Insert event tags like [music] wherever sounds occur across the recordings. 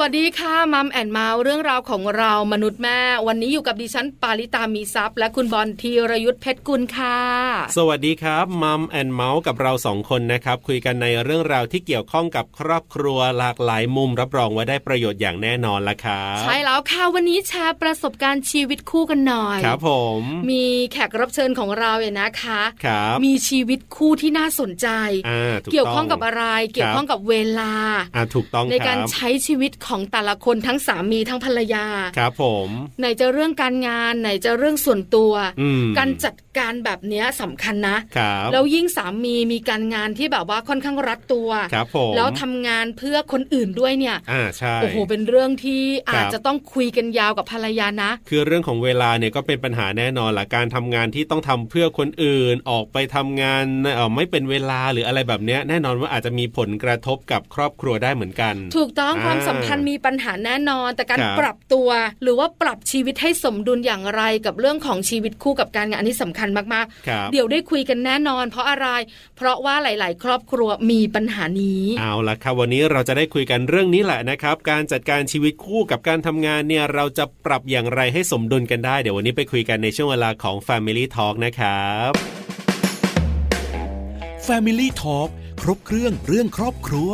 สวัสดีค่ะมัมแอนเมาส์เรื่องราวของเรามนุษย์แม่ วันนี้อยู่กับดิฉันปาริตามีซัพย์ และคุณบอลธีรยุทธเพชรกุลค่ะ สวัสดีครับมัมแอนเมาส์กับเราสองคนนะครับ คุยกันในเรื่องราวที่เกี่ยวข้องกับครอบครัวหลากหลายมุมรับรองว่าได้ประโยชน์อย่างแน่นอนละครับ ใช่แล้วค่ะวันนี้แชร์ประสบการณ์ชีวิตคู่กันหน่อย ครับผม มีแขกรับเชิญของเราเนี่ยนะคะ ครับ มีชีวิตคู่ที่น่าสนใจ อ่าถูต้ เกี่ยวข้องกับอะไร เกี่ยวข้องกับเวลา อ่าถูกต้อง ในการ ครับ ใช้ชีวิตของแต่ละคนทั้งสามีทั้งภรรยา ครับผม ไหนจะเรื่องการงานไหนจะเรื่องส่วนตัว อืม การจัดการแบบเนี้ยสำคัญนะ ครับ แล้วยิ่งสามีมีการงานที่แบบว่าค่อนข้างรัดตัว ครับผม แล้วทำงานเพื่อคนอื่นด้วยเนี่ย อ่าใช่ โอ้โห เป็นเรื่องที่ ครับ อาจจะต้องคุยกันยาวกับภรรยานะ คือเรื่องของเวลาเนี่ยก็เป็นปัญหาแน่นอนละการทำงานที่ต้องทำเพื่อคนอื่นออกไปทำงานเอ่อไม่เป็นเวลาหรืออะไรแบบเนี้ยแน่นอนว่าอาจจะมีผลกระทบกับครอบครัวได้เหมือนกัน ถูกต้อง อ่า ความสัมพันธ์มีปัญหาแน่นอน แต่การ ครับ ปรับตัว หรือว่าปรับชีวิตให้สมดุลอย่างไรกับเรื่องของชีวิตคู่กับการงานอันนี้สำคัญมาก ครับ ๆ เดี๋ยวได้คุยกันแน่นอน เพราะอะไร เพราะว่าหลาย ๆ ครอบครัวมีปัญหานี้ เอาละครับวันนี้เราจะได้คุยกันเรื่องนี้แหละนะครับ การจัดการชีวิตคู่กับการทำงานเนี่ยเราจะปรับอย่างไรให้สมดุลกันได้ เดี๋ยววันนี้ไปคุยกันในช่วงเวลาของ Family Talk นะครับ Family Talk ครบเครื่องเรื่องครอบครัว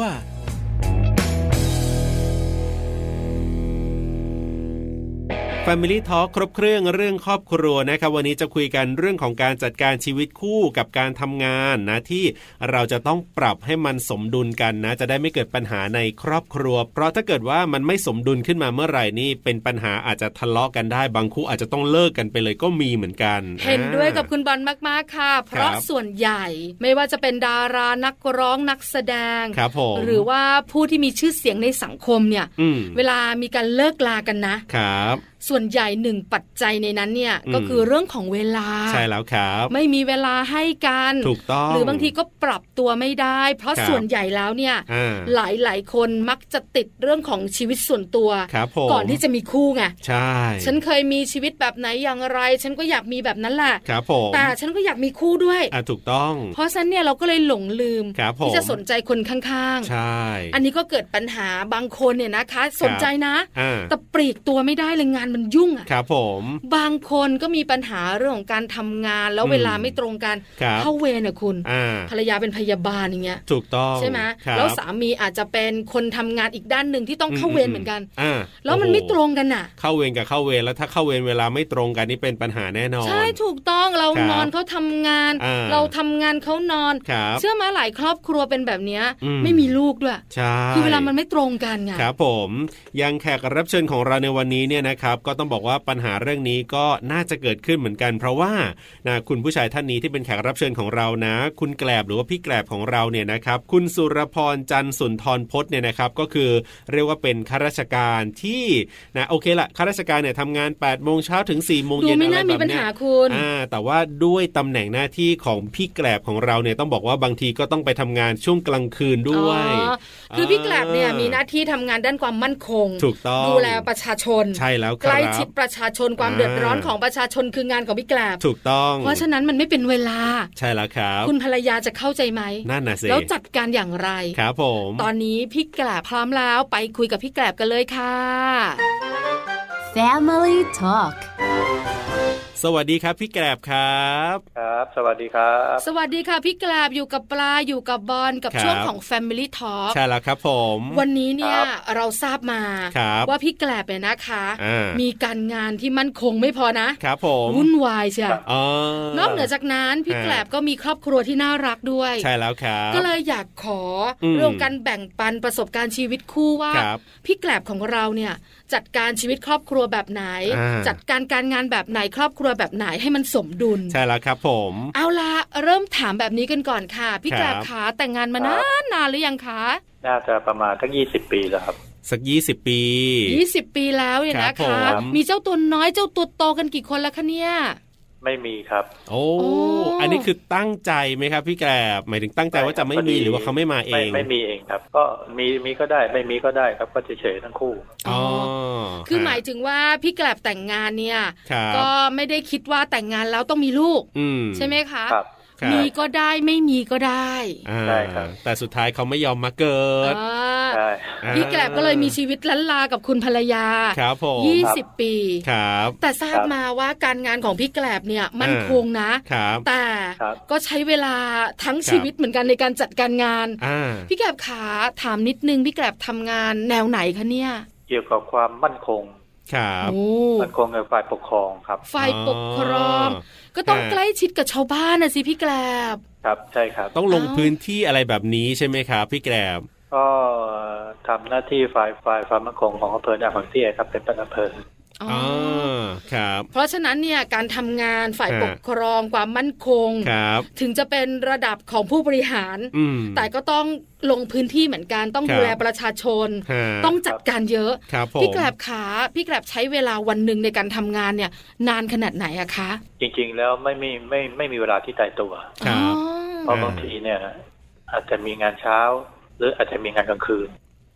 Family Talk ครบเครื่องเรื่องครอบครัวนะครับ วันนี้จะคุยกันเรื่องของการจัดการชีวิตคู่กับการทำงานนะที่เราจะต้องปรับให้มันสมดุลกันนะ จะได้ไม่เกิดปัญหาในครอบครัว เพราะถ้าเกิดว่ามันไม่สมดุลขึ้นมาเมื่อไหร่นี่เป็นปัญหาอาจจะทะเลาะกันได้ บางคู่อาจจะต้องเลิกกันไปเลยก็มีเหมือนกัน เห็นด้วยกับคุณบอลมาก ๆ ค่ะ เพราะ ครับ ส่วนใหญ่ ไม่ว่าจะเป็นดารานักร้องนักแสดง ครับผม หรือว่าผู้ที่มีชื่อเสียงในสังคมเนี่ย อืม เวลามีการเลิกลากันนะ ครับ ส่วนใหญ่หนึ่งปัจจัยในนั้นเนี่ย อืม ก็คือเรื่องของเวลา ใช่แล้วครับ ไม่มีเวลาให้กัน ถูกต้อง หรือบางทีก็ปรับตัวไม่ได้ เพราะ ครับ ส่วนใหญ่แล้วเนี่ย อ่า หลายหลายๆคนมักจะติดเรื่องของชีวิตส่วนตัว ครับผม ก่อนที่จะมีคู่ไง ใช่ ฉันเคยมีชีวิตแบบไหนอย่างไร ฉันก็อยากมีแบบนั้นแหละ ครับผม แต่ฉันก็อยากมีคู่ด้วย อ่าถูกต้อง เพราะฉะนั้นเนี่ยเราก็เลยหลงลืม ครับผม ที่จะสนใจคนข้าง ใช่ ๆ อันนี้ก็เกิดปัญหาบางคนเนี่ยนะคะ สนใจนะ อ่า แต่ปลีกตัวไม่ได้เลยงานมันยุ่งอะ ครับผม บางคนก็มีปัญหาเรื่องของการทำงานแล้ว อืม เวลาไม่ตรงกัน ครับ เข้าเวรเนี่ยคุณ อ่า ภรรยาเป็นพยาบาลอย่างเงี้ย ถูกต้อง ใช่ไหม ครับ แล้วสามีอาจจะเป็นคนทำงานอีกด้านหนึ่งที่ต้องเข้าเวรเหมือนกัน อ่า แล้วมัน โอ้โห ไม่ตรงกันน่ะ เข้าเวรกับเข้าเวรแล้วถ้าเข้าเวรเวลาไม่ตรงกันนี่เป็นปัญหาแน่นอน ใช่ถูกต้องเรา ครับ นอนเขาทำงาน อ่า เราทำงานเขานอน ครับ เชื่อไหมาหลายครอบครัวเป็นแบบเนี้ย อืม ไม่มีลูกด้วย ใช่ คือเวลามันไม่ตรงกันไง ครับผมยังแขกรับเชิญของเราในวันนี้เนี่ยนะครับ ก็ต้องบอกว่าปัญหาเรื่องนี้ก็น่าจะเกิดขึ้นเหมือนกัน เพราะว่านะคุณผู้ชายท่านนี้ที่เป็นแขกรับเชิญของเรานะ คุณแกลบหรือว่าพี่แกลบของเราเนี่ยนะครับ คุณสุรพรจันทร์สุนทรพจน์เนี่ยนะครับ ก็คือเรียกว่าเป็นข้าราชการที่นะโอเคละข้าราชการเนี่ยทำงาน8ปดโมงเช้าถึง4ี่โมง ดู เย็น ไม่ อะไร น่า แบ มี บ ปัญ เนี้ หาย คุณ อ่าแต่ว่าด้วยตำแหน่งหน้าที่ของพี่แกลบของเราเนี่ยต้องบอกว่าบางทีก็ต้องไปทำงานช่วงกลางคืนด้วย อ๋อคือพี่แกลบเนี่ย อ่ามี มีหน้าที่ทำงานด้านความมั่นคง ถูกต้อง ดูแลประชาชน ใช่แล้วค ใก รับ ล้ชิดประชาชนความ อ่า เดือดร้อนของประชาชนคืองานของพี่แกลบ ถูกต้อง เพราะฉะนั้นมันไม่เป็นเวลา ใช่แล้วครับ คุณภรรยาจะเข้าใจไหม นั่นน่ะสิ แล้วจัดการอย่างไร ครับผม ตอนนี้พี่แกลบพร้อมแล้วไปคุยกับพี่แกลบกันเลยค่ะ Family Talk สวัสดีครับพี่แกลบครับ ครับ สวัสดีครับ สวัสดีค่ะพี่แกลบอยู่กับปลาอยู่กับบอลกับ ครับ ช่วงของ Family Talk ใช่แล้วครับผม วันนี้เนี่ย ครับ เราทราบมา ครับ ว่าพี่แกลบเนี่ยนะคะ อ่ามี มีการงานที่มั่นคงไม่พอนะครับ ผม วุ่นวายเชีย อ๋อ นอกเหนือจากนั้นพี่ ฮะ แกลบก็มีครอบครัวที่น่ารักด้วย ใช่แล้วครับ ก็เลยอยากขออ ม เรื่องการแบ่งปันประสบการณ์ชีวิตคู่ว่า ครับ พี่แกลบของเราเนี่ยจัดการชีวิตครอบครัวแบบไหน อ่า จัดการการงานแบบไหนครอบครัวแบบไหนให้มันสมดุล ใช่แล้วครับผม เอาละเริ่มถามแบบนี้กันก่อนค่ะ พี่แกลบ ครับ ขาแต่งงานมานานนานหรือยังคะ น่าจะประมาณทั้งยี่สิบปีแล้วครับ สักยี่สิบปี 20 ปีแล้วเนี่ย ครั นะ บผม คะ มีเจ้าตัวน้อยเจ้าตัวโตกันกี่คนแล้วคะเนี่ย ไม่มีครับ โอ้ โอ้ อันนี้คือตั้งใจไหมครับพี่แกลบหมายถึงตั้งใจว่าจะไม่มีหรือว่าเขาไม่มาเอ ไม่ ง ไม่มีเองครับ ก็มีมีก็ได้ไม่มีก็ได้ครับก็เฉยๆทั้งคู่ อ๋อ คือ ฮะ หมายถึงว่าพี่แกลบแต่งงานเนี่ย ครับ ก็ไม่ได้คิดว่าแต่งงานแล้วต้องมีลูก อืม ใช่ไหมคะ ครับ ครับ มีก็ได้ไม่มีก็ได้ อ่า ใช่ครับ แต่สุดท้ายเขาไม่ยอมมาเกิด อ่า ใช่ พี่แกลบก็เลยมีชีวิตล้านลากับคุณภรรยา ครับผม 20 ปี ครับ แต่ทราบ ครับ มาว่าการงานของพี่แกลบเนี่ยมั่น อ่า คงนะ ครับ แต่ ครับ ก็ใช้เวลาทั้ง ครับ ชีวิตเหมือนกันในการจัดการงาน อ่า พี่แกลบขาถามนิดนึงพี่แกลบทำงานแนวไหนคะเนี่ย เกี่ยวกับความมั่นคง ครับ โอ้ มั่นคงในฝ่ายปกครองครับ ฝ่ายปกครอง ก็ต้อง อ่า ใกล้ชิดกับชาวบ้านนะสิพี่แกลบ ครับ ใช่ครับ ต้องลง เอ้า พื้นที่อะไรแบบนี้ใช่ไหมครับ พี่แกรบ ก็ทำหน้าที่ฝ่ายฝ่ายความมั่นคงของอำเภอนาบางที่ครับ เป็นประอำเภอ อ๋อ อ๋อ อ ครับ เพราะฉะนั้นเนี่ยการทำงานฝ่าย อ่า ปกครองความมั่นคง ครับ ถึงจะเป็นระดับของผู้บริหาร อืม แต่ก็ต้องลงพื้นที่เหมือนกันต้อง ครับ ดูแลประชาชน ฮะ ต้องจัดการเยอะ ครับผม พี่แกลบขาพี่แกลบใช้เวลาวันหนึ่งในการทำงานเนี่ย นานขนาดไหนอะคะ จริง ๆ แล้วไม่มีไม่ไม่มีเวลาที่ตายตัว ครับ อ๋ เพ อ ราะบางทีเนี่ย อาจจะมีงานเช้า หรืออาจจะมีงานกลางคืน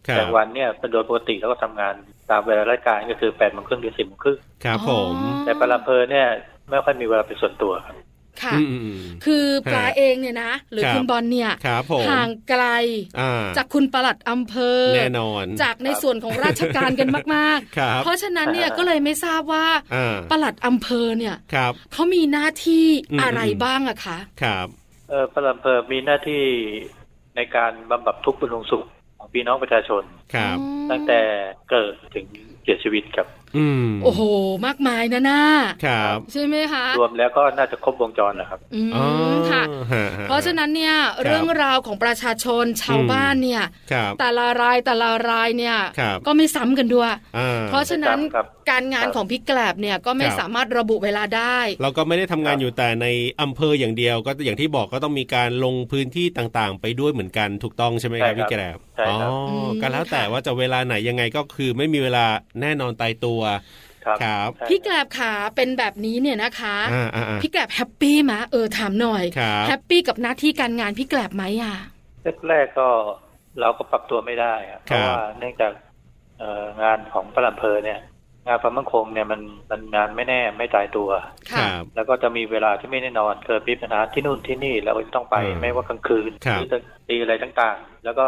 ครั แต่ บ วันเนี่ยเป็นโดยปกติเราก็ทำงานตามเวลาราชการก็คือแปดโมงครึ่งถึงสิบโมงครึ่ง ครับผม แต่ประอำเภอเนี่ยไม่ค่อยมีเวลาเป็นส่วนตัวครับ ค่ะ อืมอืมอืม คือปลา ฮะ เองเนี่ยนะ หรือ ครับ คุณบอลเนี่ย ครับผม ห่างไกล อ่า จากคุณปลัดอำเภอ แน่นอน จากในส่วนของราชการกันมาก ครับ ๆ เพราะฉะนั้นเนี่ย อ่า ก็เลยไม่ทราบว่า อ่า ปลัดอำเภอเนี่ย ครับ เขามีหน้าที่ อืม อะไรบ้างอะคะ ครับ เออประอำเภอมีหน้าที่ในการบำบัดทุกข์บำรุงสุขของพี่น้องประชาชน ครับ อ๋อ ตั้งแต่เกิดถึงเสียชีวิตครับ อืม โอ้โห มากมายนะน่า ครับ ใช่ไหมคะ รวมแล้วก็น่าจะครบวงจรนะครับ อืม อ๋อ ค่ะ ฮฮ เพราะฉะนั้นเนี่ยเรื่องราวของประชาชนชาว อืม บ้านเนี่ย ครับ แต่ละรายแต่ละรายเนี่ย ครับ ก็ไม่ซ้ำกันด้วย อ่า เพราะฉะนั้น ไม่ซ้ำครับ การงานของพี่แกลบเนี่ยก็ไม่ ครับ สามารถระบุเวลาได้ เราก็ไม่ได้ทำงานอยู่แต่ในอำเภออย่างเดียว ก็อย่างที่บอกก็ต้องมีการลงพื้นที่ต่างๆ ไปด้วยเหมือนกันถูกต้องใช่ไหมครับ ใช่ครับ พี่แกรบ ใช่ อ๋อ ครับ อืม ก็แล้วแต่ ค่ะ ว่าจะเวลาไหนยังไงก็คือไม่มีเวลาแน่นอนตายตัว ครับ ครับ ใช่ พี่แกลบขาเป็นแบบนี้เนี่ยนะคะ อ่าอ่าอ่า พี่แกลบแฮปปี้มะเออถามหน่อย ครับ แฮปปี้กับหน้าที่การงานพี่แกลบไหมอ่ะ แรกๆก็เราก็ปรับตัวไม่ได้ครับคเพรับ ราะว่าเนื่องจากเอ่องานของประหลัดอำเภอเนี่ย งานความมั่นคงเนี่ยมันมันงานไม่แน่ไม่ตายตัว คะ รับ แล้วก็จะมีเวลาที่ไม่แน่นอนเกิดมีปัญหาที่นู่นที่นี่เราก็จะต้องไป อืม ไม่ว่ากลางคืน ครั ห บ รืจะตีอะไรต่างๆ แล้วก็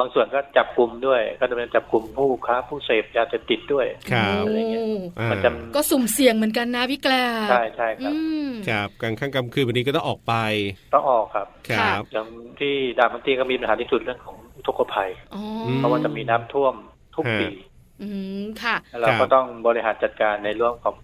บางส่วนก็จับกลุ่มด้วย ก็จะเป็นจับกลุ่มผู้ค้าผู้เสพยาเสพติดด้วย ครับ อะไรเงี้ย โ อ่า มันจะ ก็สุ่มเสี่ยงเหมือนกันนะพี่แกลบ ใช่ใช่ครับ อืม ครับกลางค่ำกลางคืนวันนี้ก็ต้องออกไป ต้องออกครับ ค ค่ะ รับ อย่างที่ดาบางทีก็มีปัญหาที่สุดเรื่องของอุทกภัย อ๋อ ม เพราะว่าจะมีน้ำท่วมทุกปี อืมค่ะ แล้วเรา ครั ก็ บ ต้องบริหารจัดการในเรื่องของ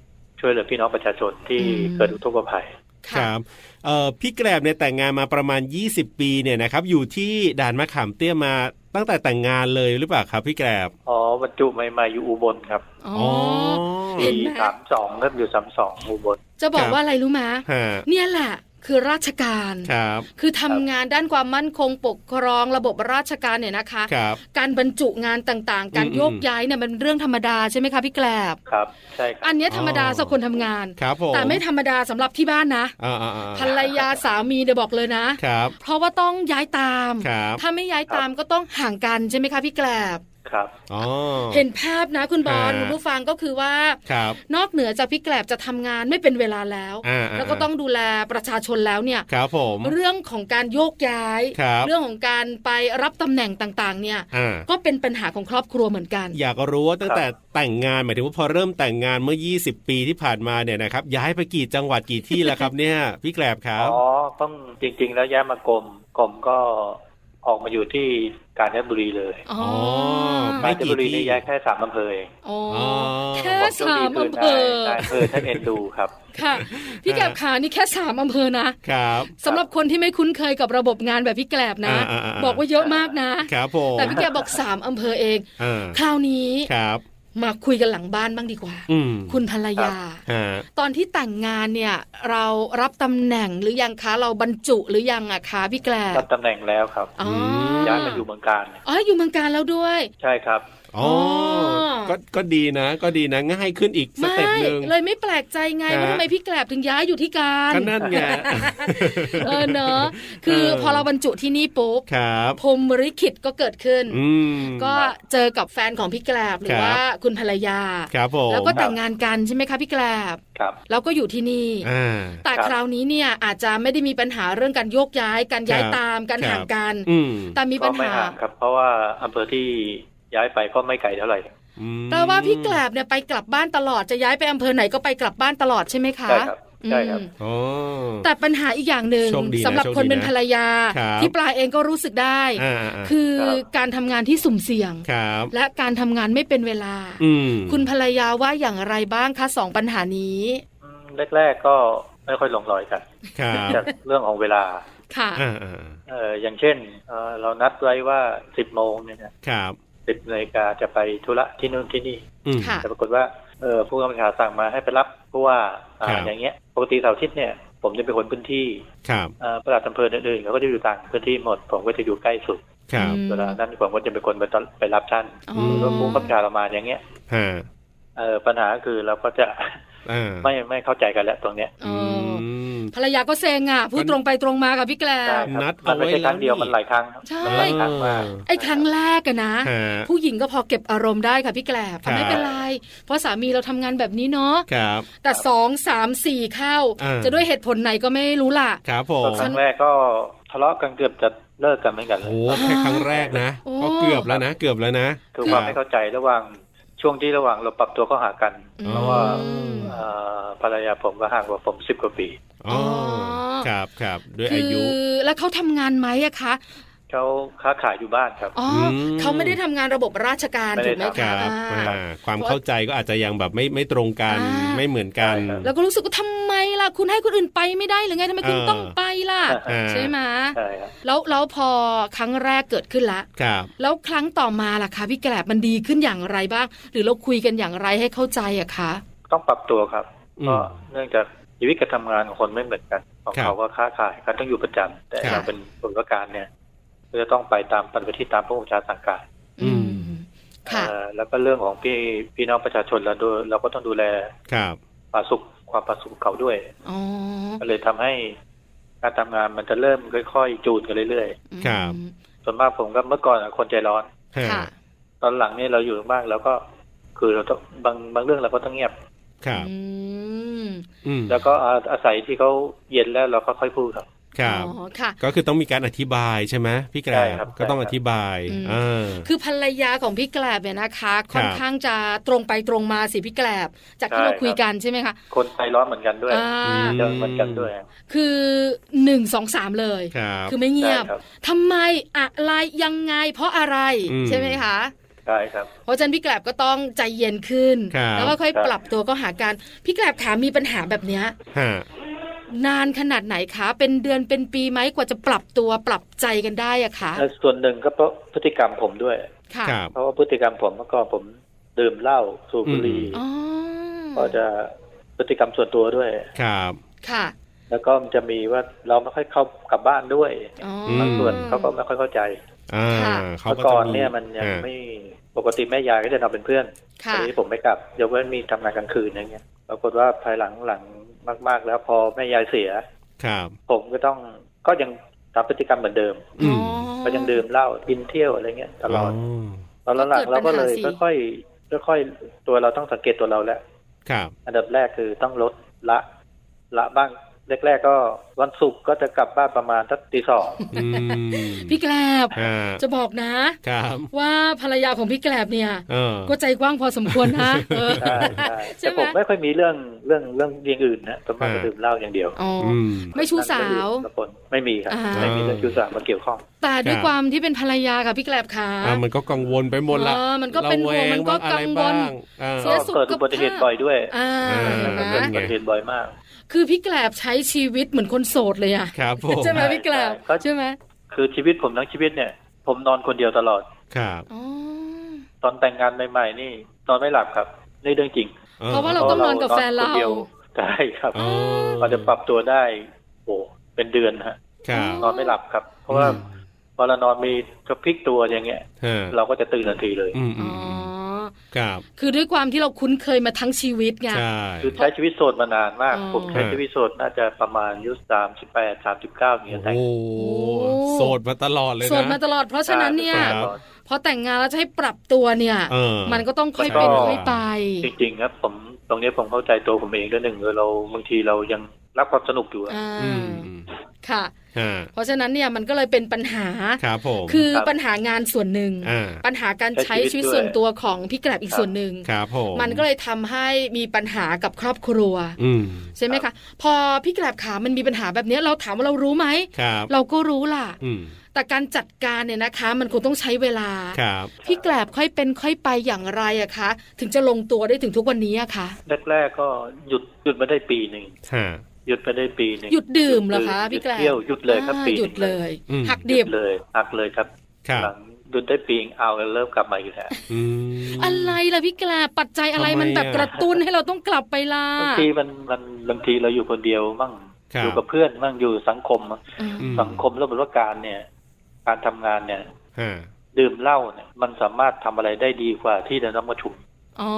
ช่วยเหลือพี่น้องประชาชนที่ อืม เกิดอุทกภัย ค ค่ะ รับเอ่อพี่แกรบเนี่ยแต่งงานมาประมาณ 20 ปีเนี่ยนะครับอยู่ที่ด่านมะขามเตี้ยมาตั้งแต่แต่งงานเลยหรือเปล่าครับพี่แกรบ อ๋อบรรจุใหม่ๆอยู่อุบลครับ อ๋อ ปี เห็นไหม สามสองครับอยู่สามสองอุบล จะบอกว่าอะไรรู้มะ ฮะ เนี่ยแหละคือราชการ ครับ คือทำงานด้านความมั่นคงปกครองระบบราชการเนี่ยนะคะ ครับ การบรรจุงานต่างๆ การ อืม โยกย้ายเนี่ยมันเป็นเรื่องธรรมดาใช่ไหมคะพี่แกลบ ครับ ใช่ครั อั บ นเนี้ยธรรมดาสำหรับคนทำงาน ครับผม แต่ไม่ธรรมดาสำหรับที่บ้านนะ อ่าอ่าอ่า ภรรยาสามีเดี๋ยวบอกเลยนะ ครับ เพราะว่าต้องย้ายตาม ครับ ถ้าไม่ย้ายตามก็ต้องห่างกันใช่ไหมคะพี่แกลบ ครับ อ๋อ เห็นภาพนะคุณบอล อ่า คุณผู้ฟังก็คือว่า ครับ นอกเหนือจากพี่แกลบจะทำงานไม่เป็นเวลาแล้ว อ่าา แล้วก็ต้องดูแลประชาชนแล้วเนี่ย ครับผม เรื่องของการโยกย้าย ครับ เรื่องของการไปรับตำแหน่งต่างๆ เนี่ย อ่า ก็เป็นปัญหาของครอบครัวเหมือนกัน อยากรู้ว่าตั้งแต่แต่งงานหมายถึงว่าพอเริ่มแต่งงานเมื่อ 20 ปีที่ผ่านมาเนี่ยนะครับ ย้ายไปกี่จังหวัดกี่ที่แล้วครับ [laughs] เนี่ย พี่แกลบครับ อ๋อ ต้องจริง ๆ แล้วย้ายมากรมกรมก็ออกมาอยู่ที่กาญจนบุรีเลย อ๋อ ไม่ กาญ กี่ จนบุรี ที่ นี่ย้ายแค่สามอำเภอเอง อ๋อ อ๋อ แค่ ผมโชค สา ดี ม คื อำเภอนนายายอำเภอท่านเอ็นดูครับ ค่ะ พี่แกลบขานี่แค่สามอำเภอนะครับ สำหรับคนที่ไม่คุ้นเคยกับระบบงานแบบพี่แกลบนะ อ่าๆๆ บอกว่าเยอะมากนะ ครับผม แต่พี่แกลบบอกสามอำเภอเอง อ่า คราวนี้ ครับ มาคุยกันหลังบ้านบ้างดีกว่า อืม คุณภรรยา ฮะ ตอนที่แต่งงานเนี่ย เรารับตำแหน่งหรือยังคะเราบรรจุหรือยังอะคะพี่แกล รั บบ ตำแหน่งแล้วครับ อ๋อ ย้ายมาอยู่เมืองการ อ๋ออยู่เมืองการแล้วด้วย ใช่ครับ อ๋อก็ก็ดีนะ ก็ดีนะง่ายขึ้นอีกส ไม่ เต็ปหนึ่ง เลยไม่แปลกใจไง ฮะ ว่าทำไมพี่แกลบถึงย้ายอยู่ที่การ ก็นั่นไง เออเนอะคือ เออ พอเราบรรจุที่นี่ปุ๊บ ครับ พรหมริขิตก็เกิดขึ้น อืม ก็เจอกับแฟนของพี่แกลบหรื ครั อบ ว่าคุณภรรยา ครับผม แล้วก็แต่งงานกันใช่ไหมคะพี่แกลบ ครับ แล้วก็อยู่ที่นี่ อ่า แต่ ครับ คราวนี้เนี่ยอาจจะไม่ได้มีปัญหาเรื่องการโยกย้ายการย้าย ครับ ตามการ ครับ ห่างกัน อืม แต่มี ก็ ปัญ ไม่ หา ห่างครับ เพราะว่าอำเภอที่ย้ายไปก็ไม่ไกลเท่าไหร่ อืม แปลว่าพี่แกลบเนี่ยไปกลับบ้านตลอดจะย้ายไปอำเภอไหนก็ไปกลับบ้านตลอดใช่ไหมคะ ใช่ครับใช่ครับ อืม โอ้ แต่ปัญหาอีกอย่างหนึ่ง โชคดีนะ สำหรับ โชคดี คนเป็น นะ ภรรยา ครับ ที่ปลาเองก็รู้สึกได้ อ่าอ่าอ่า คือ ครับ การทำงานที่สุ่มเสี่ยง ครับ และการทำงานไม่เป็นเวลา อืม คุณภรรยาว่าอย่างไรบ้างคะสองปัญหานี้ อืมแรกๆก็ไม่ค่อยลงรอยกัน ครับ จากเรื่องของเวลา ค่ะ อ่าอ่าอ่า เอ่ออย่างเช่นเอ่อเรานัดไว้ว่า 10 โมงเนี่ยนะครับ 10นาฬิกาจะไปธุระที่นู่นที่นี่ อืม ค่ะ แต่ปรากฏว่าเอ่อผู้กำกับการสั่งมาให้ไปรับผู้ว่าอ่า ครับ อย่างเงี้ยปกติเสาร์อาทิตย์เนี่ยผมจะเป็นคนพื้นที่ ครับ เอ่อประหลัดอำเภออื่นๆเขาก็จะอยู่ต่างพื้นที่หมด ผมก็จะอยู่ใกล้สุด ครับ อืม เวลานั้นผมก็จะเป็นคนไปต้อนไปรับท่าน อ๋อ แล้วก็ผู้กำกับการเรามาอย่างเงี้ย ฮะ เอ่อปัญหาคือเราก็จะ อ่า ไม่ไม่เข้าใจกันแล้วตรงเนี้ย เอ อื อ ม ภรรยาก็เซงอ่ะพูด มัน ตรงไปตรงมากับพี่แกลบใช่ครับ นัด มั เอา น ไว้ ไม่ใช่ครั้งเดียว แล้วนี่ มันหลายครั้ง ใช่ มันหลายครั้งมาก ไอ้ครั้งแรกอะนะ ฮะ ผู้หญิงก็พอเก็บอารมณ์ได้ค่ะพี่แกลบ ครับ ไม่เป็นไร เพราะสามีเราทำงานแบบนี้เนาะ ครับ แต่สองสามสี่เข้า อ่า จะด้วยเหตุผลไหนก็ไม่รู้ล่ะ ครับผ ก็ ม ครั้งแรกก็ทะเลาะกันเกือบจะเลิกกันเหมือนกันเล โอ้ ย แค่ครั้งแรกนะ โอ้ ก็เกือบแล้วนะเกือบแล้วนะ คือความไม่เข้าใจระหว่างช่วงที่ระหว่างเราปรับตัวเข้าหากัน อืม เพราะว่า เอ่อภรรยาผมก็ห่างกว่าผมสิบกว่าปี อ๋อ อ ครับครับด้วย คื อายุ อแล้วเขาทำงานไหมอะคะ เขาค้าขายอยู่บ้านครับ อ๋ออ ม เขาไม่ได้ทำงานระบบราชการ ไม่ ถู ได้ กไหมคะครับ อ่า อ่าความเข้าใจก็อาจจะยังแบบไม่ไม่ตรงกัน อ่า ไม่เหมือนกัน ใช่ครับ แล้วก็รู้สึกว่าทำไมล่ะ คุณให้คนอื่นไปไม่ได้หรือไงทำไมคุณ เออ ต้องไปล่ะ อ่า ใช่ไหม ใช่ครับ แล้วแล้วพอครั้งแรกเกิดขึ้นละ ครับ แล้วครั้งต่อมาล่ะคะพี่แกลบมันดีขึ้นอย่างไรบ้าง หรือเราคุยกันอย่างไรให้เข้าใจอะคะ ต้องปรับตัวครับ อื ก็ ม เนื่องจากชีวิตการทำงานของคนไม่เหมือนกันของ ครับ เขาก็ค้าขายเขาต้องอยู่ประจำแต่ ครั เรา บ เป็นผลประการเนี่ยก็จะต้องไปตามปฏิบัติที่ตามพระองค์ชาสั่งการ อืม อืมค่ะ เอ่อแล้วก็เรื่องของพี่พี่น้องประชาชนเราด้วยเราก็ต้องดูแล ครับ ความสุขความประสุขเขาด้วย อ๋อ ก็เลยทำให้การทำงานมันจะเริ่มค่อย ๆ จูนกันเรื่อยๆ อืม ส่วนมากผมก็เมื่อก่อนอะคนใจร้อน ฮะ ค่ะ ตอนหลังเนี่ยเราอยู่บ้างแล้วก็คือเราต้องบางบางเรื่องเราก็ต้องเงียบ ครับ อืม อืม แล้วก็อาอาศัยที่เขาเย็นแล้วเราก็ค่อยพูดครับ ครับ อ๋อค่ะ ก็คือต้องมีการอธิบายใช่ไหมพี่แกร ใช่ บ ครับ ก็ต้อง ใช่ อ ครับ ธิบาย อืม อ่า คือภรรยาของพี่แกลบเนี่ยนะคะ ค่อน ครับ ข้างจะตรงไปตรงมาสิพี่แกลบ จากที่เราคุยกันใช่ไหมคะ คนใจร้อนเหมือนกันด้วย อ่า เจอเหมือนกันด้วย คือหนึ่งสองสามเลย ครับ อไม่เงียบ ใช่ครับ ทำไมอะไรยังไง เพราะอะไร อืม ใช่ไหมคะ ใช่ครับ เพราะฉะนั้นพี่แกลบก็ต้องใจเย็นขึ้น ครับ แล้วก็ค่อย ครับ ปรับตัวก็หากันพี่แกลบขามีปัญหาแบบเนี้ย ฮะ นานขนาดไหนคะ เป็นเดือนเป็นปีไหมกว่าจะปรับตัวปรับใจกันได้อะคะ แล้วส่วนหนึ่งก็เพราะพฤติกรรมผมด้วย ค่ะ ครับ เพราะว่าพฤติกรรมผมเมื่อก่อนผมดื่มเหล้าสูบบุหรี่ อืม อ๋อ ก็จะพฤติกรรมส่วนตัวด้วย ครับ ค่ะ แล้วก็มันจะมีว่าเราไม่ค่อยเข้ากลับบ้านด้วย อ๋อ บางส่วนเขาก็ไม่ค่อยเข้าใจ อ่า ค่ะ เขา เมื่อ ก็ ก่ จะ อน มี เนี่ยมันยัง อ่า ไม่ปกติแม่ยายก็จะนอนเป็นเพื่อน ค่ะ ทีนี้ผมไม่กลับยกเว้นมีทำงานกลางคืนอย่างเงี้ยปรากฏว่าภายหลังหลังมาก ๆ แล้วพอแม่ยายเสีย ครับ ผมก็ต้องก็ยังตามพฤติกรรมเหมือนเดิม อืม ก็ยังดื่มเหล้ากินเที่ยวอะไรเงี้ยตลอด อ ตอนหลังๆเราก็เลย ก็เกิดปัญหาสิ ค่อยๆค่อยๆตัวเราต้องสังเกตตัวเราแล้ว ครับ อันดับแรกคือต้องลดละ ละบ้างแรกๆก็วันศุกร์ก็จะกลับบ้านประมาณสักตีสอง อืม พี่แกลบ ฮะ จะบอกนะ ครับ ว่าภรรยาของพี่แกลบเนี่ย เออ ก็ใจกว้างพอสมควร [laughs] นะเออ ใช่ใช่ ใช่ไหแต่ผม มไม่ค่อยมีเรื่องเรื่องเรื่องอย่างอื่นนะส่วนมากจะ อ่า ดื่มเหล้าอย่างเดียว อ๋ออ อืม ไม่ชู้สาว ละคนไม่มีครับ อ่า ไม่มีเรื่องชู้สาวมาเกี่ยวข้อง แต่ด้วย ครับ ความที่เป็นภรรยาค่ะพี่แกลบขา อ่ามันก็กังวลไปหมดละ เออมันก็เป็นห่วง ระแ มันก็ บ้าอะไร กังวล บ้างอ่า เสียสุข เกิดอุบัติเหตุบ่อยด้วย อ่า อ่า เห็นไหม เกิดอุบัติเหตุบ่อยมาก คือพี่แกลบใช้ชีวิตเหมือนคนโสดเลยอะ ครับผม ใช่ไหมพี่แกลบ ใช่ก็ ใช่ไหม คือชีวิตผมทั้งชีวิตเนี่ย ผมนอนคนเดียวตลอด ครับ อ๋อ ตอนแต่งงานใหม่ๆนี่นอนไม่หลับครับนี่เรื่องจริง เพราะว่าเรา พะ ต้องนอนกับแฟนเรา คดียวใช่ครับ อ๋อ เราจะปรับตัวได้โอ้เป็นเดือนฮะ ครับ นอนไม่หลับครับ เพราะว่าพอเรานอนมีกระพริกตัวอย่างเงี้ย ฮะ เราก็จะตื่นทันทีเลย อืมอืม อ๋อ ครับ คือด้วยความที่เราคุ้นเคยมาทั้งชีวิตไง ใช่ คือใช้ชีวิตโสดมานานมาก อ๋อ ผมใช้ชีวิตโสดน่าจะประมาณอายุสามสิบแปดสามสิบเก้าเนี่ โอ้โหยแต่ง โสดมาตลอดเลยนะ โสดมาตลอดเพราะฉะนั้นเนี่ย ครั บ พอแต่งงานแล้วจะให้ปรับตัวเนี่ย เออ มันก็ต้องค่อยเป็น ก็ ค่อยไป จริงๆครับผมตรงเนี้ยผมเข้าใจตัวผมเองด้วยหนึ่งเออเราบางทีเรายังรับความสนุกอยู่อะ อ่า อืมอืม ค่ะ ฮะ เพราะฉะนั้นเนี่ยมันก็เลยเป็นปัญหา ครับผม คือ ครับ ปัญหางานส่วนหนึ่ง อ่า ปัญหาการใช้ ใช้ชี ชี วิ วิ ต ต ด้วย ส่วนตัวของพี่แกลบอีกส่วนหนึ่ง ครับผม มันก็เลยทำให้มีปัญหากับครอบครัว อืม ใช่ไหมคะ พอพี่แกลบขามันมีปัญหาแบบเนี้ยเราถามว่าเรารู้ไหม ครับ เราก็รู้ล่ะ อืม แต่การจัดการเนี่ยนะคะ มันคงต้องใช้เวลา ครับ พี่แกลบค่อยเป็นค่อยไปอย่างไรอะคะ ถึงจะลงตัวได้ถึงทุกวันนี้อะคะ แรกๆก็หยุดหยุดมาได้ปีหนึ่ง ฮะ หยุดมาได้ปีหนึ่ง หยุดดื่มเหรอคะ หยุ พี่ ด แกลบ เที่ยวหยุดเลยครับ อ่า ปี หยุดเลย อืม หัก ห ดิ ยุ บ ดเลยหักเลยครับ ครับ หลังหยุดได้ปีเอาแล้วเริ่มกลับมาอีกแล้ว อืม อะไรล่ะพี่แกลบปัจจัยอะไร ทำไม มันแบบ อะ กระตุ้นให้เราต้องกลับไปล่ะ บางทีมันมันบางทีเราอยู่คนเดียวมั่ง ครับ อยู่กับเพื่อนมั่งอยู่สังคมมั่ง อืม อืม สังคมและบริการเนี่ย การทำงานเนี่ย ฮะ ดื่มเหล้าเนี่ย มันสามารถทำอะไรได้ดีกว่าที่เราต้องมาถุม อ๋อ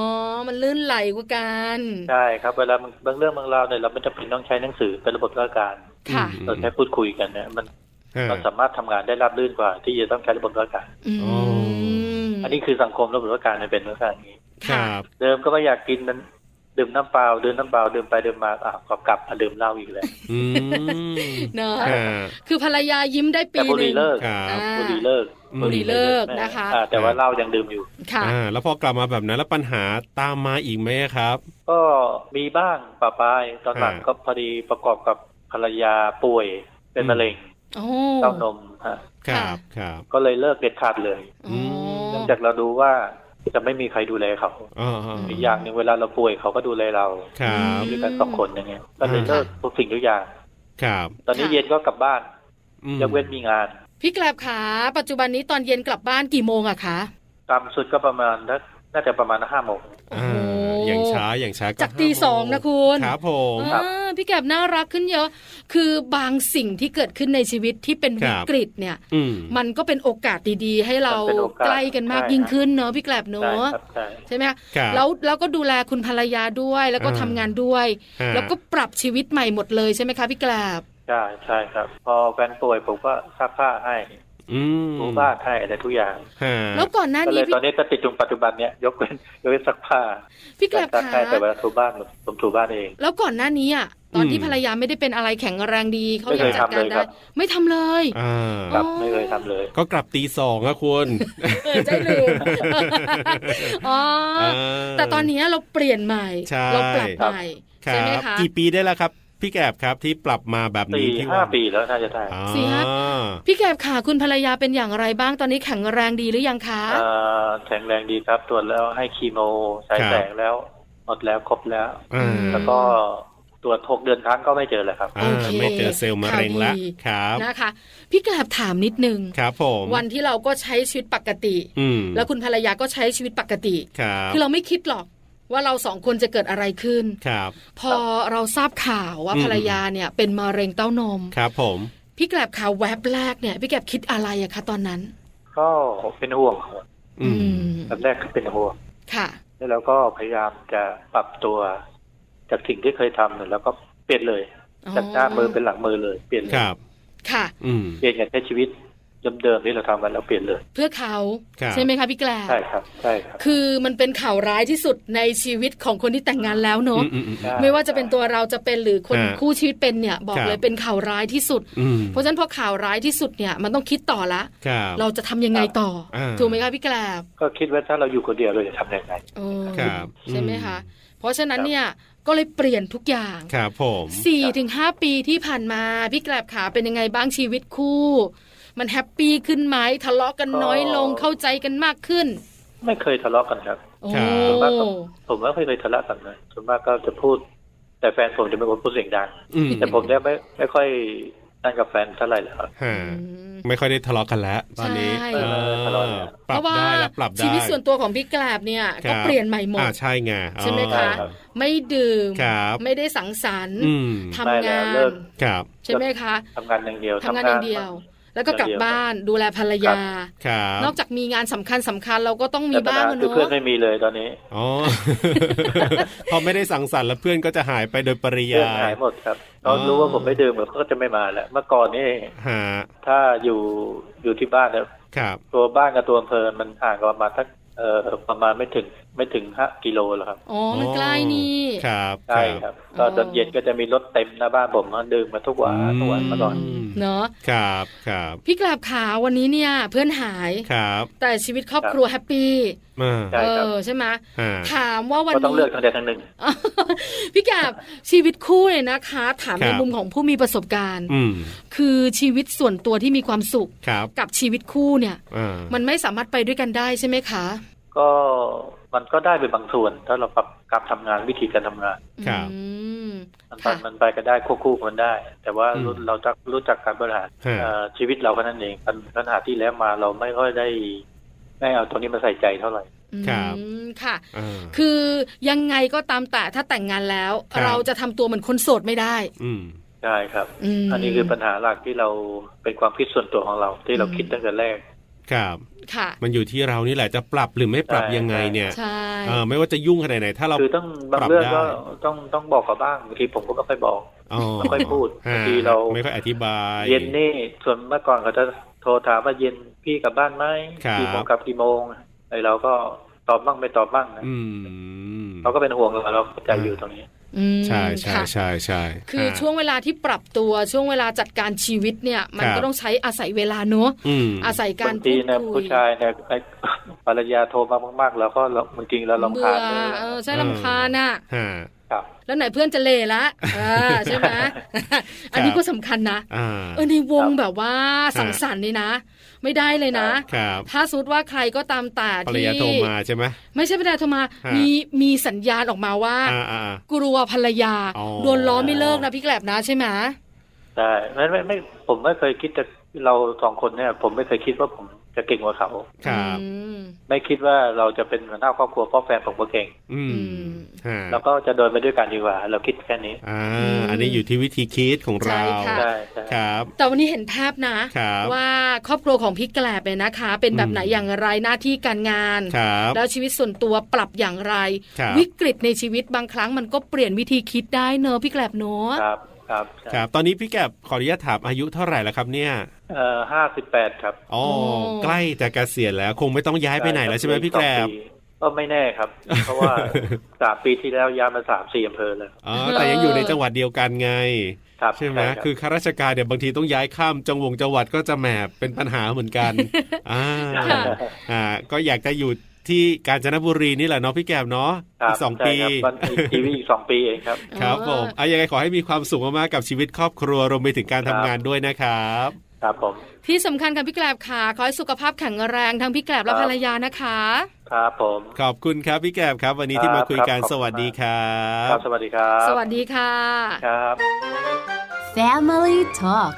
มันลื่นไหลกว่ากัน ใช่ครับเวลาบางบางเรื่องบางราวเนี่ยเราไม่จำเป็นต้องใช้หนังสือเป็นระบบราชการ ค่ะ อืม เราใช้พูดคุยกันเนี่ยมัน ฮะ มันสามารถทำงานได้ราบรื่นกว่า ที่จะต้องใช้ระบบราชการ อื อ๋ ม อันนี้คือสังคมระบบราชการมันเป็นลักษณะอย่างนี้ ค ค่ะ รับ เดิมก็ไม่อยากกินนั้นดื่มน้ำเปล่าดื่มน้ำเปล่าดื่มไปดื่มมาอ้าวกลับกลับมาดื่มเหล้าอีกแล้ว อืม เนอะ ฮะ คือภรรยายิ้มได้ปี แต่บุ ห หรี่ นึ่ง เลิก ครับ อ่า บุหรี่เลิก บุหรี่เลิกนะคะ อ่าแต่ว่าเหล้ายังดื่มอยู่ ค่ะ อ่าแล้วพอกลับมาแบบนั้นแล้วปัญหาตามมาอีกไหมครับ ก็มีบ้างปะปายตอนหลัง อ่า ก็พอดีประกอบกับภรรยาป่วยเป็นมะเร็ง โอ้ เต้านมฮะ ครับครับ ก็เลยเลิกเด็ดขาดเลย อ๋อ เนื่องจากเราดูว่าจะไม่มีใครดูแลเขา อ๋อ ม อีกอย่างหนึ่งเวลาเราป่วยเขาก็ดูแลเรา ครับ อืม ด้วยกันสองคนอย่างเงี้ยก็เลย อ่า เลิกทุกสิ่งทุกอย่าง ครับ ตอนนี้ ค่ะ เย็นก็กลับบ้าน อืม ยกเว้นมีงาน พี่แกลบขาปัจจุบันนี้ตอนเย็นกลับบ้านกี่โมงอะคะ ตามสุดก็ประมาณน่าน่าจะประมาณห้าโมงโอ้อ่าโห อย่างช้าอย่างช้า จากตี ห้โม สองนะคุณ ครับผม ครับ อ่าพี่แกลบน่ารักขึ้นเยอะ คือบางสิ่งที่เกิดขึ้นในชีวิตที่เป็น ครั วิ บ กฤตเนี่ย อืม มันก็เป็นโอกาสดีๆ ให้เรา เป็นโอกาส ใกล้กันมาก ใช่ ยิ่ง ครับ ขึ้นเนอะพี่แกลบเน ใช่ อะ ครับใช่ ใช่ไหมคะ ครับ แล้วแล้วก็ดูแลคุณภรรยาด้วยแล้วก็ อ่า ทำงานด้วย ฮะ แล้วก็ปรับชีวิตใหม่หมดเลยใช่ไหมคะพี่แกลบ ใช่ใช่ครับ พอแฟนป่วยผมก็ซักผ้าให้ อืม ถูบ้านให้อะไรทุกอย่าง ฮะ แล้วก่อนหน้า ก็เล นี้ ย พี่ ตอนนี้ก็ติดจงปัจจุบันเนี้ยยกเว้นยกเว้นซักผ้า พี่แกลบ ซัก ขา ให้แต่เวลาถูบ้านผมถูบ้านเอง แล้วก่อนหน้านี้อ่ะตอนที่ภรรยาไม่ได้เป็นอะไรแข็งแรงดีเขา ไม่ ยั เค ง ย จัดกาทำเล ร ยค ได้ รับ ไม่ทำเลย อ่า ค อ๋อ รับไม่เคยทำเลย ก็กลับตีสองอะคุณ เออใจลืมอ๋ออา แต่ตอนนี้เราเปลี่ยนใหม่ ใช่ เราปรับใหม่ ค ใช่ รั ไหม บ คะ กี่ปีได้แล้วครับ พี่แกบครับที่ปรับมาแบบ สี่ นี้ที่ ห้า ว่า ปีแล้วน่าจะได้ อ่ สี่ห้า พี่แกบขาคุณภรรยาเป็นอย่างไรบ้างตอนนี้แข็งแรงดีหรือยังคะ เอ่อแข็งแรงดีครับตรวจแล้วให้คีโมฉายแสงแล้วหมดแล้วครบแล้ว อ่า แล้วก็ตรวจหกเดือนครั้งก็ไม่เจอเลยครับ อ่า โอเค ไม่เจอเซลล์มะเร็งละ ข่าวดี ครับ นะคะ พี่แกบถามนิดนึง ครับผม วันที่เราก็ใช้ชีวิตปกติ อืม แล้วคุณภรรยาก็ใช้ชีวิตปกติ ครับ คือเราไม่คิดหรอกว่าเราสองคนจะเกิดอะไรขึ้น ครับ พอเราทราบข่าวว่า อืม ภรรยาเนี่ยเป็นมะเร็งเต้านม ครับผม พี่แกลบข่าวแวบแรกเนี่ย พี่แกลบคิดอะไรอะคะตอนนั้น ก็เป็นห่วงอือืม ม อันแรกก็เป็นห่วง ค่ะ แล้วเราก็พยายามจะปรับตัว จากสิ่งที่เคยทำเนี่ยแล้วก็เปลี่ยนเลย จากหน้ามือเป็นหลังมือเลยเปลี่ยนเลย ครับ ค่ะ อืม เปลี่ยนการใช้ชีวิตเดิมๆที่เราทำกันเราเปลี่ยนเลย เพื่อเขา ครับ ใช่ไหมคะพี่แกลบ ใช่ครับ ใช่ครับ คือมันเป็นข่าวร้ายที่สุดในชีวิตของคนที่แต่งงานแล้วเนอะ อืมอืมอืม ใช่ ไม่ว่าจะเป็นตัวเราจะเป็นหรือคน ฮะ คู่ชีวิตเป็นเนี่ย บอก ครับ เลยเป็นข่าวร้ายที่สุด อืม เพราะฉะนั้นพอข่าวร้ายที่สุดเนี่ยมันต้องคิดต่อละ ครับ เราจะทำยังไงต่อ อ่า ถูกไหมคะพี่แกลบ ก็คิดว่าถ้าเราอยู่คนเดียวเราจะทำยังไง โอ้ ครับ ใช่ไหมคะ อื เพราะฉะนั้น ครับ เนี่ยก็เลยเปลี่ยนทุกอย่าง มครับผม สี่ถึงห้าปีที่ผ่านมาพี่แกลบขาเป็นยังไงบ้างชีวิตคู่ มันแฮปปี้ขึ้นไหมทะเลาะกันน้อยลงเข้าใจกันมากขึ้น ไม่เคยทะเลาะกันครับ โอ้ ส่วนมากก็ผมว่าไม่เคยทะเลาะกันนะส่วนมากก็จะพูด แต่แฟนผมจะเป็นคนพูดเสียงดัง อืม แต่ผมเนี่ยไม่ไม่ค่อยนั่นกับแฟนเท่าไหร่แล้ว ฮะ อืม ไม่ค่อยได้ทะเลาะกันแล้วตอนนี้ ใช่ เออ ทะเลาะแล้ว ปรับได้แล้วปรับได้ ชีวิตส่วนตัวของพี่แกลบเนี่ยก็เปลี่ยนใหม่หม อ่า ด ใช่ไง ใช่ไหม อ๋ คะ อ ครับ ไม่ดื่ม ครับ ไม่ได้สังสรรค์ อืม ทำ ไม่แล้ งา วน เลิก ครับ ใช่ไหมคะ ทำงานอย่างเดียว ทำงานอย่างเดียว แล้วก็กลับบ้านดูแลภรรยา ครับ นอกจากมีงานสำคัญสำคัญเราก็ต้องมี แต่ปัญ บ้าง หา อะ คือ เนาะ เพื่อนไม่มีเลยตอนนี้ อ๋อ [laughs] พอไม่ได้สังสรรค์แล้วเพื่อนก็จะหายไปโดยปริ เพื่อย าน ย หายหมดครับ อ๋ ต อ อนรู้ว่าผมไม่ดื่มเขาก็จะไม่มาแล้วเมื่อก่อนนี่ ฮะ ถ้าอยู่อยู่ที่บ้านเนี่ย ครับ ตัวบ้านกับตัวอำเภอมันห่างกันประมาณสักเอ่อประมาณไม่ถึงไม่ถึงห้ากิโลหรอกครับ อ๋อมันใกล้นี่ ครับ ใช่ครับก็ตอนเย็นก็จะมีรถเต็มหน้าบ้านผมมาดื่มมาทุกวันทุกวันมาตลอด ม เนาะ ครับครับ พี่กลาบขาวันนี้เนี่ยเพื่อนหาย ครับ แต่ชีวิตครอบครัวแฮปปี้ มา ใช่ เอ ครับ อใช่ไหม ฮะ ถามว่าวัน ก็ต้อง นี้ เลือกทางใดทางหนึ่ง [laughs] พี่กลาบชีวิตคู่เนี่ยนะคะ ถาม ครั ใน บ มุมของผู้มีประสบการณ์ อืม คือชีวิตส่วนตัวที่มีความสุข ครับ กับชีวิตคู่เนี่ย อ่า มันไม่สามารถไปด้วยกันได้ใช่ไหมคะ ก็มันก็ได้เป็นบางส่วน ถ้าเราปรับการทำงานวิธีการทำงาน ครับ อืม มันไป ค่ะ มันไปก็ได้ควบคู่กันได้ แต่ว่า อืม เราจะรู้จักการบริหาร ฮะ เอ่อชีวิตเราแค่นั้นเองปัญปัญหาที่แล้วมาเราไม่ค่อยได้ไม่เอาตรงนี้มาใส่ใจเท่าไหร่ ครับ อืมค่ะ อ่า คือยังไงก็ตามแต่ถ้าแต่งงานแล้ว ครับ เราจะทำตัวเหมือนคนโสดไม่ได้ อืม ใช่ครับ ม อันนี้คือปัญหาหลักที่เราเป็นความคิดส่วนตัวของเรา ที่เรา อืม คิดตั้งแต่แรก ครับ ค่ะ มันอยู่ที่เรานี่แหละจะปรับหรือไม่ปรับ ใช่ ยังไงเนี่ย ใช่ เออไม่ว่าจะยุ่งขนาดไหนถ้าเรา คือต้องบาง ปรับ เรื่องก็ ได้ ต้องต้องบอกเขาบ้างบางทีผมก็ไม่ค่อยบอก อ๋อ ไม่ค่อยพูด ฮะ บางทีเรา ไม่ค่อยอธิบาย เย็นนี่ส่วนเมื่อก่อนเขาจะโทรถามว่าเย็นพี่กลับบ้านไหม ครับ กี่โมงกลับกี่โมงไอ้เราก็ตอบบ้างไม่ตอบบ้างนะ อืม เขาก็เป็นห่วงเราเราเข้าใจอยู่ตรงนี้ อืม ใช่ใช่ ค่ะ ใช่ใช่ คือ ฮะ ช่วงเวลาที่ปรับตัวช่วงเวลาจัดการชีวิตเนี่ย มัน ครับ ก็ต้องใช้อาศัยเวลาเนอะ อืม อาศัยกา บา รง พู ที ด นะ คุ ผู้ ย ชายเนี่ยไอ้ ภรรยาโทรมามากๆ แล้วก็เราบางทีเราลำ เบื่ คา อ ญเลย เออใช่ เออ ลำคาญน่ะ ฮะ ครับ แล้วไหนเพื่อนจะเละละอ่าใช่ไหม อันนี้ก็สำคัญนะ อ่า เออในวงแบบว่าสังสรรค์นี่นะ ไม่ได้เลยนะ ครับ ถ้าสมมติว่าใครก็ตามแต่ ภรร ที่ ยาโทรมาใช่ไหม ไม่ใช่ภรรยาโทรมา ฮะ มีมีสัญญาณออกมาว่า อ่าอ่า กลัวภรรยา อ๋อ โดนล้อไม่เลิกนะพี่แกลบนะใช่ไหม ใช่ไม่ไม่ไม่ผมไม่เคยคิดจะเราสองคนเนี่ย ผมไม่เคยคิดว่าผมจะเก่งกว่าเขา ครับ อืม ไม่คิดว่าเราจะเป็นหัวหน้าครอบครัวเพราะแฟนผมก็เก่ง อืม อืม ฮะ แล้วก็จะเดินไปด้วยกันดีกว่า เราคิดแค่นี้ อ่า อืม อันนี้อยู่ที่วิธีคิดของเรา ใช่ค่ะ ใช่ใช่ ครับ แต่วันนี้เห็นภาพนะ ครับ ว่าครอบครัวของพี่แกลบเนี่ยนะคะ เป็นแบบไหน อืม อย่างไรหน้าที่การงาน ครับ แล้วชีวิตส่วนตัวปรับอย่างไร ครับ วิกฤตในชีวิตบางครั้งมันก็เปลี่ยนวิธีคิดได้เนอะพี่แกลบเนอะ ครับครับใช่ ครับ ตอนนี้พี่แกบขออนุญาตถามอายุเท่าไหร่แล้วครับเนี่ย เอ่อห้าสิบแปดครับ อ๋อ ใกล้จะเกษียณแล้ว คงไม่ต้องย้ายไปไหนแล้วใช่ไหมพี่แกรบ ก็ไม่แน่ [laughs] ครับ เพราะว่าสามปีที่แล้วย้ายมาสามสี่อำเภอแล้ว อ๋อ แต่ยังอยู่ในจังหวัดเดียวกันไง ครับ ใช่ไหม รับ คือข้าราชการเนี่ยบางทีต้องย้ายข้ามจังหวงจังหวัดก็จะแหมเป็นปัญหาเหมือนกัน [laughs] อ่าอ่า ก็อยากจะอยู่ที่กาญจนบุรีนี่แหละเนาะพี่แก้วเนาะ ครั อี บ กสอง ใช่ ปี ครับวันอีกทีวีอีกสองปีเองครับ ครับ เออ ผมอ่ะยังไงขอให้มีความสุขมากๆกับชีวิตครอบครัวรวมไปถึงการทำงานด้วยนะครับ ครับผม ที่สำคัญค่ะพี่แกลบค่ะขอให้สุขภาพแข็งแรงทั้งพี่แกลบและ ครับ ภรรยานะคะ ครับผม ขอบคุณครับพี่แก้วครับ วันนี้ที่มาคุยกัน ครับ สวัสดีครั ครับ บสวัสดีครับ สวัสดีค่ะ ครับ Family Talk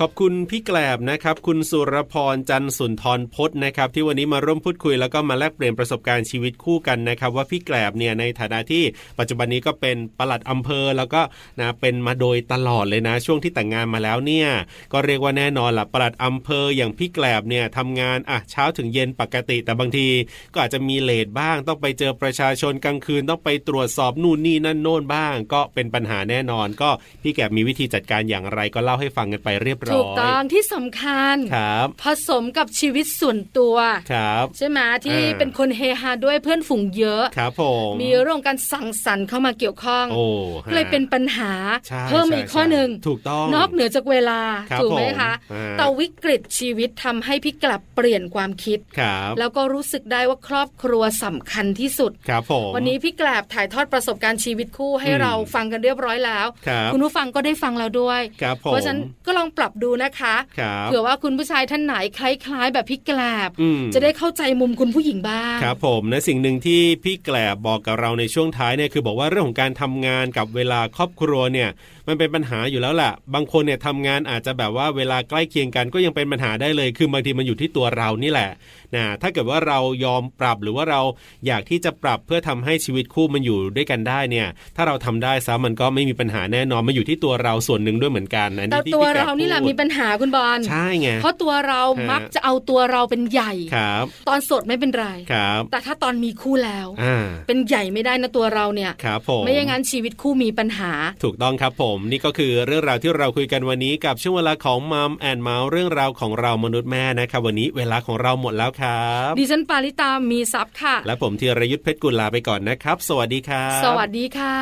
ขอบคุณพี่แกลบนะครับคุณสุรพรจันทร์สุนทรพจน์นะครับที่วันนี้มาร่วมพูดคุยแล้วก็มาแลกเปลี่ยนประสบการณ์ชีวิตคู่กันนะครับว่าพี่แกลบเนี่ยในฐานะที่ปัจจุบันนี้ก็เป็นปลัดอำเภอแล้วก็นะเป็นมาโดยตลอดเลยนะ ช่วงที่แต่งงานมาแล้วเนี่ยก็เรียกว่าแน่นอนละปลัดอำเภออย่างพี่แกลบเนี่ยทำงานอ่ะเช้าถึงเย็นปกติ แต่บางทีก็อาจจะมีเลทบ้าง ต้องไปเจอประชาชนกลางคืนต้องไปตรวจสอบนู่นนี่นั่นโน่นบ้าง ก็เป็นปัญหาแน่นอน ก็พี่แกลบมีวิธีจัดการอย่างไรก็เล่าให้ฟังกันไปเรียบร้อย ถูกต้องที่สำคัญ ครับ ผสมกับชีวิตส่วนตัว ครับ ใช่ไหมที่ อ่า เป็นคนเฮฮาด้วยเพื่อนฝูงเยอะ ครับผม มีเรื่องการสั่งสรรค์เข้ามาเกี่ยวข้อง โอ้ฮะ ก็เลยเป็นปัญหา ใช่ เพิ่มอีก ใช่ ข้อหนึ่ง ถูกต้อง นอกเหนือจากเวลา ครับ ถูกไหม ผม คะ อ่า แต่วิกฤตชีวิตทำให้พี่กลับเปลี่ยนความคิด ครับ แล้วก็รู้สึกได้ว่าครอบครัวสำคัญที่สุด ครับผม วันนี้พี่แกลบถ่ายทอดประสบการณ์ชีวิตคู่ให้ อืม เราฟังกันเรียบร้อยแล้ว ครับ ณผู้ฟังก็ได้ฟังเราด้วย ครับผม เพราะฉะนั้นก็ลองปรับดูนะคะ ครับ เผื่อว่าคุณผู้ชายท่านไหนคล้ายๆ แบบพี่แกลบ อืม จะได้เข้าใจมุมคุณผู้หญิงบ้าง ครับผมนะสิ่งหนึ่งที่พี่แกลบบอกกับเราในช่วงท้ายเนี่ยคือบอกว่าเรื่องของการทำงานกับเวลาครอบครัวเนี่ย มันเป็นปัญหาอยู่แล้วล่ะ บางคนเนี่ยทำงานอาจจะแบบว่าเวลาใกล้เคียงกันก็ยังเป็นปัญหาได้เลย คือบางทีมันอยู่ที่ตัวเรานี่แหละนะถ้าเกิดว่าเรายอมปรับหรือว่าเราอยากที่จะปรับเพื่อทำให้ชีวิตคู่มันอยู่ด้วยกันได้เนี่ย ถ้าเราทำได้ซะมันก็ไม่มีปัญหาแน่นอนมันอยู่ที่ตัวเราส่วนหนึ่งด้วยเหมือนกันอัน แต่ นี้ที่ ตัว พี่แขก เรานี่แหละมีปัญหาคุณบอล ใช่ไง เพราะตัวเรา ฮะ มักจะเอาตัวเราเป็นใหญ่ ครับ ตอนโสดไม่เป็นไร ครับ แต่ถ้าตอนมีคู่แล้ว อ่า เป็นใหญ่ไม่ได้นะตัวเราเนี่ย ครับผม ไม่อย่างนั้นชีวิตคู่มีปัญหา ถูกต้องครับผมนี่ก็คือเรื่องราวที่เราคุยกันวันนี้กับช่วงเวลาของมัมแอนเมาส์เรื่องราวของเรามนุษย์แม่นะครับ วันนี้เวลาของเราหมดแล้วครับ ดิฉันปาริตามีซับค่ะ และผมธีรยุทธเพชรกุลลาไปก่อนนะครับ สวัสดีครับ สวัสดีค่ะ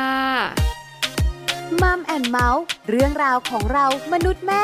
มัมแอนเมาส์เรื่องราวของเรามนุษย์แม่